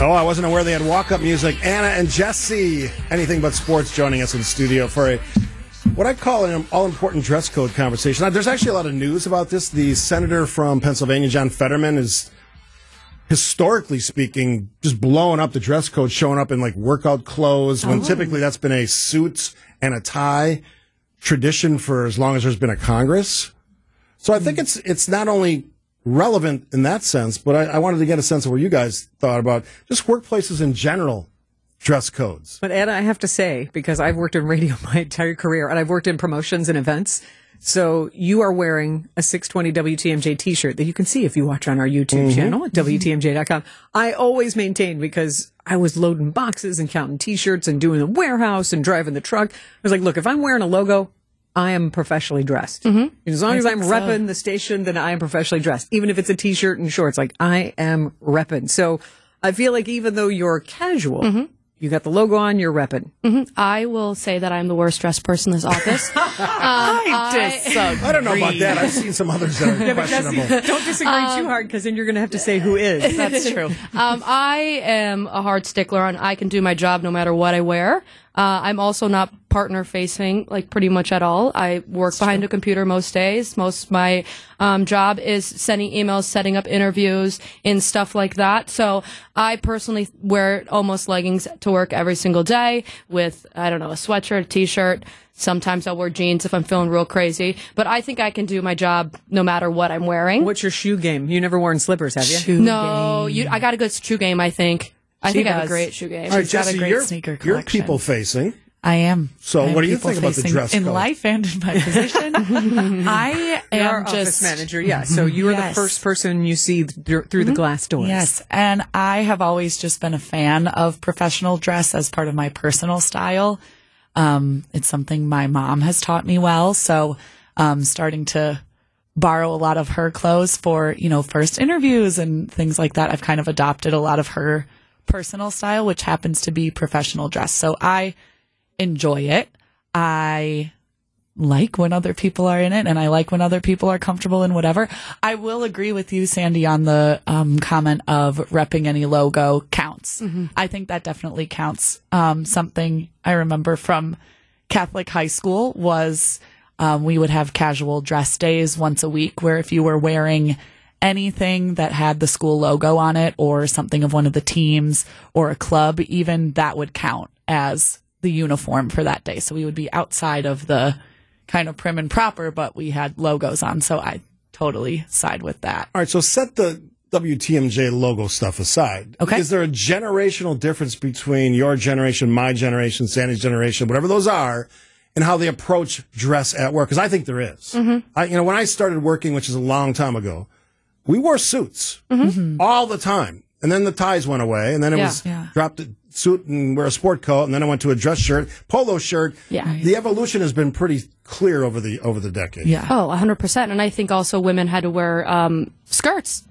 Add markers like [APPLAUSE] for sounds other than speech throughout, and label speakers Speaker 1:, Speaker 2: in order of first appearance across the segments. Speaker 1: Oh, I wasn't aware they had walk up music. Anna and Jesse, anything but sports, joining us in studio for a what I call an all important dress code conversation. Now, There's actually a lot of news about this. The senator from Pennsylvania, John Fetterman, is historically speaking just blowing up the dress code, showing up in like workout clothes when typically that's been a suit and a tie tradition for as long as there's been a Congress. So I think it's it's not only relevant in that sense, but I, I wanted to get a sense of what you guys thought about just workplaces in general, dress codes.
Speaker 2: But Anna, I have to say, because I've worked in radio [LAUGHS] my entire career and I've worked in promotions and events. So you are wearing a 620 WTMJ t-shirt that you can see if you watch on our YouTube channel at WTMJ.com. I always maintained because I was loading boxes and counting t-shirts and doing the warehouse and driving the truck. I was like, look, if I'm wearing a logo, I am professionally dressed. As long as I'm repping the station, then I am professionally dressed. Even if it's a t-shirt and shorts, like I am repping. So I feel like even though you're casual, you got the logo on, you're repping.
Speaker 3: I will say that I'm the worst dressed person in this office. Um, I-
Speaker 2: [LAUGHS]
Speaker 1: I don't know about that. I've seen some others that are questionable.
Speaker 2: Don't disagree too hard because then you're going to have to say who is.
Speaker 3: [LAUGHS]
Speaker 4: That's true.
Speaker 3: um, I am a hard stickler on I can do my job no matter what I wear. Uh, I'm also not partner facing, like pretty much at all. I work behind a computer most days. Most of my um, job is sending emails, setting up interviews, and stuff like that. So I personally wear almost leggings to work every single day with, I don't know, a sweatshirt, a t shirt. Sometimes I'll wear jeans if I'm feeling real crazy. But I think I can do my job no matter what I'm wearing.
Speaker 2: What's your shoe game? You never worn slippers, have you?
Speaker 3: No, you. I got a good shoe game. I think. I think I have a
Speaker 4: does.
Speaker 3: great shoe game.
Speaker 1: All right,
Speaker 4: She's got a
Speaker 1: Jesse,
Speaker 4: great
Speaker 1: you're,
Speaker 4: sneaker
Speaker 1: you're
Speaker 4: collection.
Speaker 1: people facing.
Speaker 4: I am.
Speaker 1: So
Speaker 4: I am
Speaker 1: what do you
Speaker 4: people
Speaker 1: think about the
Speaker 4: facing
Speaker 1: dress
Speaker 4: in
Speaker 1: code?
Speaker 4: life and in
Speaker 2: [LAUGHS]
Speaker 4: my position? I am
Speaker 2: Our office
Speaker 4: just
Speaker 2: manager, yeah. So you are
Speaker 4: Yes.
Speaker 2: the first person you see th- through the glass doors.
Speaker 4: Yes, and I have always just been a fan of professional dress as part of my personal style. Um, it's something my mom has taught me well, so um, starting to borrow a lot of her clothes for you know first interviews and things like that. I've kind of adopted a lot of her personal style, which happens to be professional dress. So I enjoy it. I like when other people are in it and I like when other people are comfortable in whatever. I will agree with you, Sandy, on the um, comment of repping any logo counts. I think that definitely counts. Um, something I remember from Catholic high school was um, we would have casual dress days once a week where if you were wearing anything that had the school logo on it or something of one of the teams or a club, even that would count as the uniform for that day. So we would be outside of the kind of prim and proper, but we had logos on. So I totally side with that.
Speaker 1: All right, so set the WTMJ logo stuff aside.
Speaker 4: Okay.
Speaker 1: Is there a generational difference between your generation, my generation, Sandy's generation, whatever those are, and how they approach dress at work? Because I think there is.
Speaker 4: Mm-hmm.
Speaker 1: I, you know, when I started working, which is a long time ago, we wore suits Mm-hmm. all the time. And then the ties went away, and then it
Speaker 3: Yeah.
Speaker 1: was
Speaker 4: Mm-hmm. Yeah.
Speaker 1: dropped a suit and wear a sport coat, and then I went to a dress shirt, polo shirt.
Speaker 3: Yeah.
Speaker 1: The evolution has been pretty clear over the over the decade.
Speaker 4: Yeah.
Speaker 3: Oh, 100%. And I think also women had to wear um, skirts.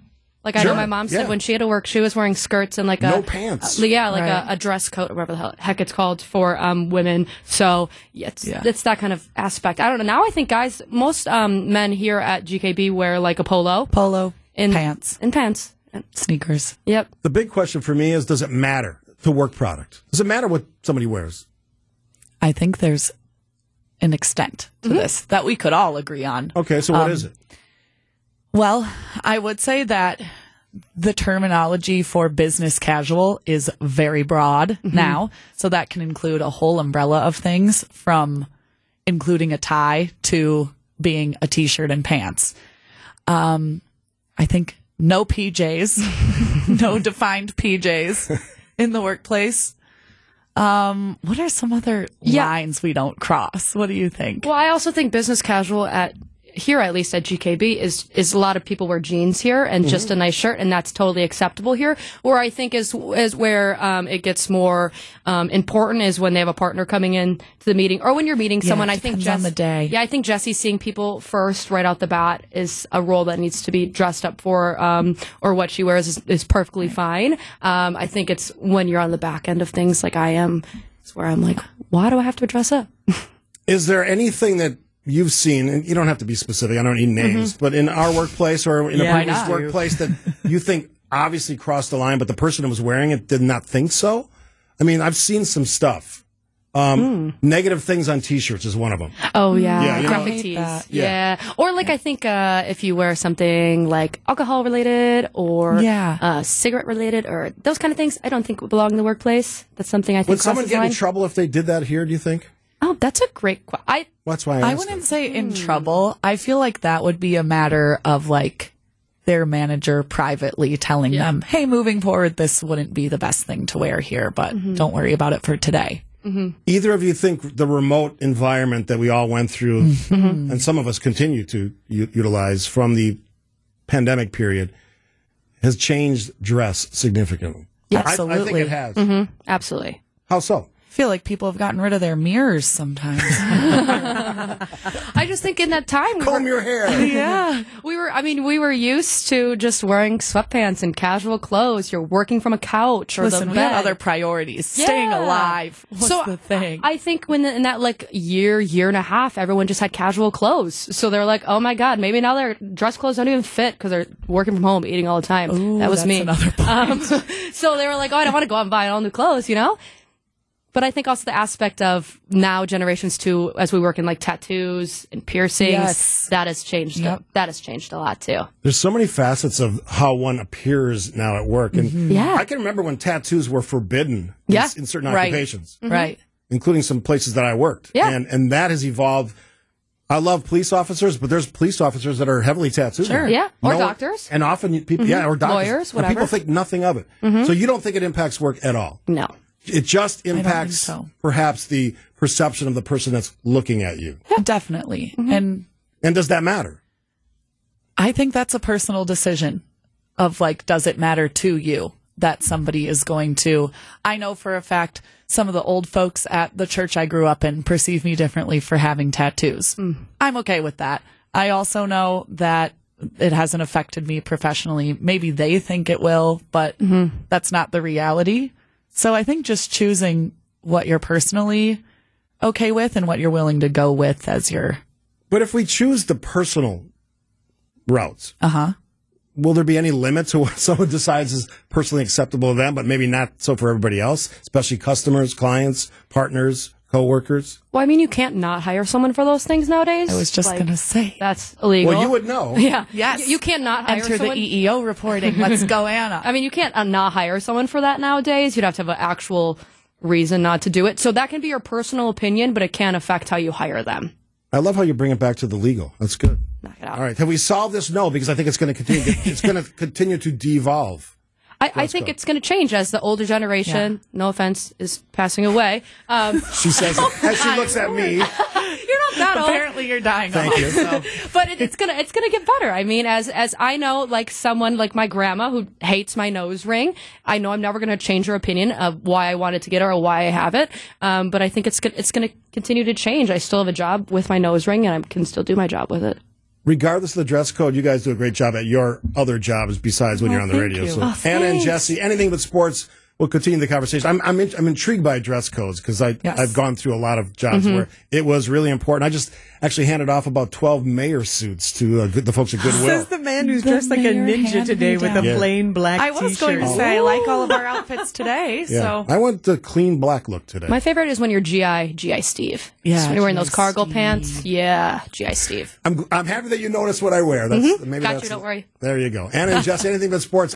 Speaker 3: Like I
Speaker 1: Sure,
Speaker 3: know my mom
Speaker 1: yeah.
Speaker 3: said when she had to work, she was wearing skirts and like a
Speaker 1: No pants.
Speaker 3: uh, yeah, like a, a dress coat, or whatever the hell, heck it's called for um, women. So yeah, it's,
Speaker 4: Yeah.
Speaker 3: it's that kind of aspect. I don't know. Now I think guys, most um, men here at GKB wear like a polo
Speaker 4: Polo,
Speaker 3: and
Speaker 4: pants,
Speaker 3: and pants.
Speaker 4: sneakers.
Speaker 3: Yep.
Speaker 1: The big question for me is does it matter the work product? Does it matter what somebody wears?
Speaker 4: I think there's an extent to this that we could all agree on.
Speaker 1: Okay, so
Speaker 3: Um,
Speaker 1: what is it?
Speaker 4: Well, I would say that the terminology for business casual is very broad now. So that can include a whole umbrella of things from including a tie to being a t shirt and pants. Um, I think no PJs, [LAUGHS] no defined PJs in the workplace. Um, what are some other
Speaker 3: Yeah.
Speaker 4: lines we don't cross? What do you think?
Speaker 3: Well, I also think business casual at here, at least at GKB, is is a lot of people wear jeans here and
Speaker 4: Mm-hmm.
Speaker 3: just a nice shirt, and that's totally acceptable here. Where I think is is where um, it gets more um, important is when they have a partner coming in to the meeting, or when you're meeting someone.
Speaker 4: it
Speaker 3: I think
Speaker 4: depends
Speaker 3: Jess,
Speaker 4: on the day.
Speaker 3: Yeah, I think Jesse seeing people first right out the bat is a role that needs to be dressed up for, um, or what she wears is, is perfectly fine. Um, I think it's when you're on the back end of things, like I am, is where I'm like, why do I have to dress up?
Speaker 1: Is there anything that you've seen, and you
Speaker 3: Mm-hmm.
Speaker 1: don't have to be specific, I don't need names, but in our workplace or in
Speaker 2: Yeah,
Speaker 1: a
Speaker 2: why
Speaker 1: previous
Speaker 2: not?
Speaker 3: [LAUGHS]
Speaker 1: workplace that you think obviously crossed the line, but the person who was wearing it did not think so. I mean, I've seen some stuff.
Speaker 3: Hmm.
Speaker 1: Um, Negative things on T-shirts is one of them.
Speaker 3: Oh yeah,
Speaker 1: Yeah, you know-
Speaker 3: graphic
Speaker 4: Hate
Speaker 3: tees.
Speaker 4: that.
Speaker 1: Yeah.
Speaker 3: Yeah. or like I think uh, if you wear something like alcohol related or
Speaker 4: Yeah.
Speaker 3: uh, cigarette related or those kind of things, I don't think would belong in the workplace. That's something I think.
Speaker 1: Would someone
Speaker 3: crosses
Speaker 1: get
Speaker 3: the
Speaker 1: in
Speaker 3: line.
Speaker 1: trouble if they did that here? Do you think?
Speaker 3: Oh, that's a great. Qu- I
Speaker 1: Well, that's why I,
Speaker 4: I
Speaker 1: asked
Speaker 4: wouldn't say
Speaker 3: Hmm.
Speaker 4: in trouble. I feel like that would be a matter of like their manager privately telling them, hey, moving forward, this wouldn't be the best thing to wear here, but
Speaker 3: Mm-hmm.
Speaker 4: don't worry about it for today.
Speaker 1: Either of you think the remote environment that we all went through,
Speaker 4: Mm-hmm.
Speaker 1: and some of us continue to u- utilize from the pandemic period, has changed dress significantly? I- I, think
Speaker 4: Absolutely. Mm-hmm.
Speaker 1: it has.
Speaker 3: absolutely.
Speaker 1: How so?
Speaker 4: I feel like people have gotten rid of their
Speaker 3: [LAUGHS]
Speaker 4: mirrors sometimes.
Speaker 3: I just think in that time we
Speaker 1: Comb
Speaker 3: were,
Speaker 1: your
Speaker 4: [LAUGHS]
Speaker 1: hair.
Speaker 3: yeah, [LAUGHS] we were. I mean, we were used to just wearing sweatpants and casual clothes. You're working from a couch or
Speaker 4: Listen,
Speaker 3: the
Speaker 4: we had
Speaker 3: bed.
Speaker 4: other priorities. Staying
Speaker 3: Yeah.
Speaker 4: alive [LAUGHS] was
Speaker 3: so
Speaker 4: the thing.
Speaker 3: I think when the, in that like year, year and a half, everyone just had casual clothes. So they're like, oh my god, maybe now their dress clothes don't even fit because they're working from home, eating all the time.
Speaker 4: Ooh,
Speaker 3: that was
Speaker 4: that's
Speaker 3: me.
Speaker 4: another point.
Speaker 3: Um, [LAUGHS] so they were like, oh, I don't want to go out and buy all new clothes, you know. But I think also the aspect of now generations too, as we work in like tattoos and piercings,
Speaker 4: Yes.
Speaker 3: that has changed.
Speaker 4: Yep.
Speaker 3: That has changed a lot too.
Speaker 1: There's so many facets of how one appears now at work, and
Speaker 4: Mm-hmm.
Speaker 3: Yeah.
Speaker 1: I can remember when tattoos were forbidden. in
Speaker 3: Yeah.
Speaker 1: s- in, certain
Speaker 4: Right.
Speaker 1: occupations.
Speaker 3: mm-hmm.
Speaker 4: Right.
Speaker 1: including some places that I worked.
Speaker 3: Yeah.
Speaker 1: And and that has evolved. I love police officers, but there's police officers that are heavily tattooed.
Speaker 4: Sure.
Speaker 3: Yeah. Or
Speaker 1: No-
Speaker 3: doctors. Mm-hmm.
Speaker 1: And often you- people, yeah, or doctors.
Speaker 3: Lawyers,
Speaker 1: And
Speaker 3: whatever. Mm-hmm.
Speaker 1: people think nothing of it. So you don't think it impacts work at all.
Speaker 3: No.
Speaker 1: It just impacts
Speaker 4: so.
Speaker 1: perhaps the perception of the person that's looking at you.
Speaker 4: Definitely.
Speaker 3: Mm-hmm.
Speaker 4: And
Speaker 1: And does that matter?
Speaker 4: I think that's a personal decision of like, does it matter to you that somebody is going to? I know for a fact some of the old folks at the church I grew up in perceive me differently for having tattoos. I'm okay with that. I also know that it hasn't affected me professionally. Maybe they think it will, but that's not the reality. So I think just choosing what you're personally okay with and what you're willing to go with as your,
Speaker 1: But if we choose the personal routes,
Speaker 4: uh huh.
Speaker 1: will there be any limit to what [LAUGHS] someone decides is personally acceptable to them, but maybe not so for everybody else, especially customers, clients, partners, coworkers?
Speaker 3: Well, I mean, you can't not hire someone for those things nowadays.
Speaker 4: I was just
Speaker 3: Like,
Speaker 4: going to say.
Speaker 3: That's illegal.
Speaker 1: Well, you would know.
Speaker 3: [LAUGHS] Yeah.
Speaker 4: Yes.
Speaker 3: You, you can't not hire
Speaker 4: Enter
Speaker 3: someone.
Speaker 4: the EEO reporting. Let's go, Anna.
Speaker 3: I mean, you can't uh, not hire someone for that nowadays. You'd have to have an actual reason not to do it. So that can be your personal opinion, but it can affect how you hire them.
Speaker 1: I love how you bring it back to the legal. That's good.
Speaker 3: Knock it out.
Speaker 1: All right. Have we solved this? No, because I think it's going to continue. It's going to continue to devolve.
Speaker 3: I, I think it's going to change as the older generation, no offense, is passing away. Um,
Speaker 1: She says as she looks at me.
Speaker 3: [LAUGHS] you're [LAUGHS] not that old.
Speaker 4: Apparently, you're dying.
Speaker 1: Thank you.
Speaker 3: but it, it's gonna it's gonna get better. I mean, as as I know, like someone like my grandma who hates my nose ring, I know I'm never gonna change her opinion of why I wanted to get it or why I have it. Um, but I think it's gonna it's gonna continue to change. I still have a job with my nose ring, and I can still do my job with it.
Speaker 1: Regardless of the dress code, you guys do a great job at your other jobs besides when you're on the radio. So
Speaker 3: Oh,
Speaker 1: Anna and Jesse, anything but sports. We'll continue the conversation. I'm I'm, in, I'm intrigued by dress codes because I
Speaker 4: Yes.
Speaker 1: I've gone through a lot of jobs
Speaker 3: Mm-hmm.
Speaker 1: where it was really important. I just actually handed off about 12 mayor suits to uh, good, the folks at Goodwill.
Speaker 2: Says the man who's
Speaker 4: The
Speaker 2: dressed like a
Speaker 4: mayor
Speaker 2: ninja today with a
Speaker 4: hand-me-down.
Speaker 1: Yeah.
Speaker 2: plain black
Speaker 5: I was going to
Speaker 2: t-shirt.
Speaker 5: say, I like all of
Speaker 3: [LAUGHS]
Speaker 5: our outfits today.
Speaker 1: yeah,
Speaker 5: So
Speaker 1: I want the clean black look today.
Speaker 3: My favorite is when you're GI GI Steve.
Speaker 4: Yeah,
Speaker 3: So when you're wearing those
Speaker 4: GI
Speaker 3: cargo
Speaker 4: Steve.
Speaker 3: pants. Yeah, GI Steve.
Speaker 1: I'm, I'm happy that you noticed what I wear. That's maybe
Speaker 3: Mm-hmm. Got
Speaker 1: that's
Speaker 3: you, don't worry.
Speaker 1: There you go. Anna and Jesse, anything but sports.